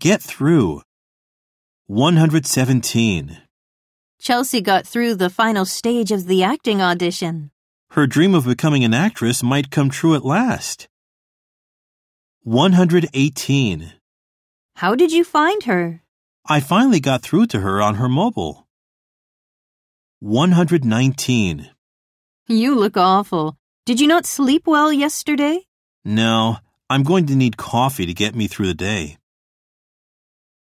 Get through. 117. Chelsea got through the final stage of the acting audition. Her dream of becoming an actress might come true at last. 118. How did you find her? I finally got through to her on her mobile. 119. You look awful. Did you not sleep well yesterday? No, I'm going to need coffee to get me through the day.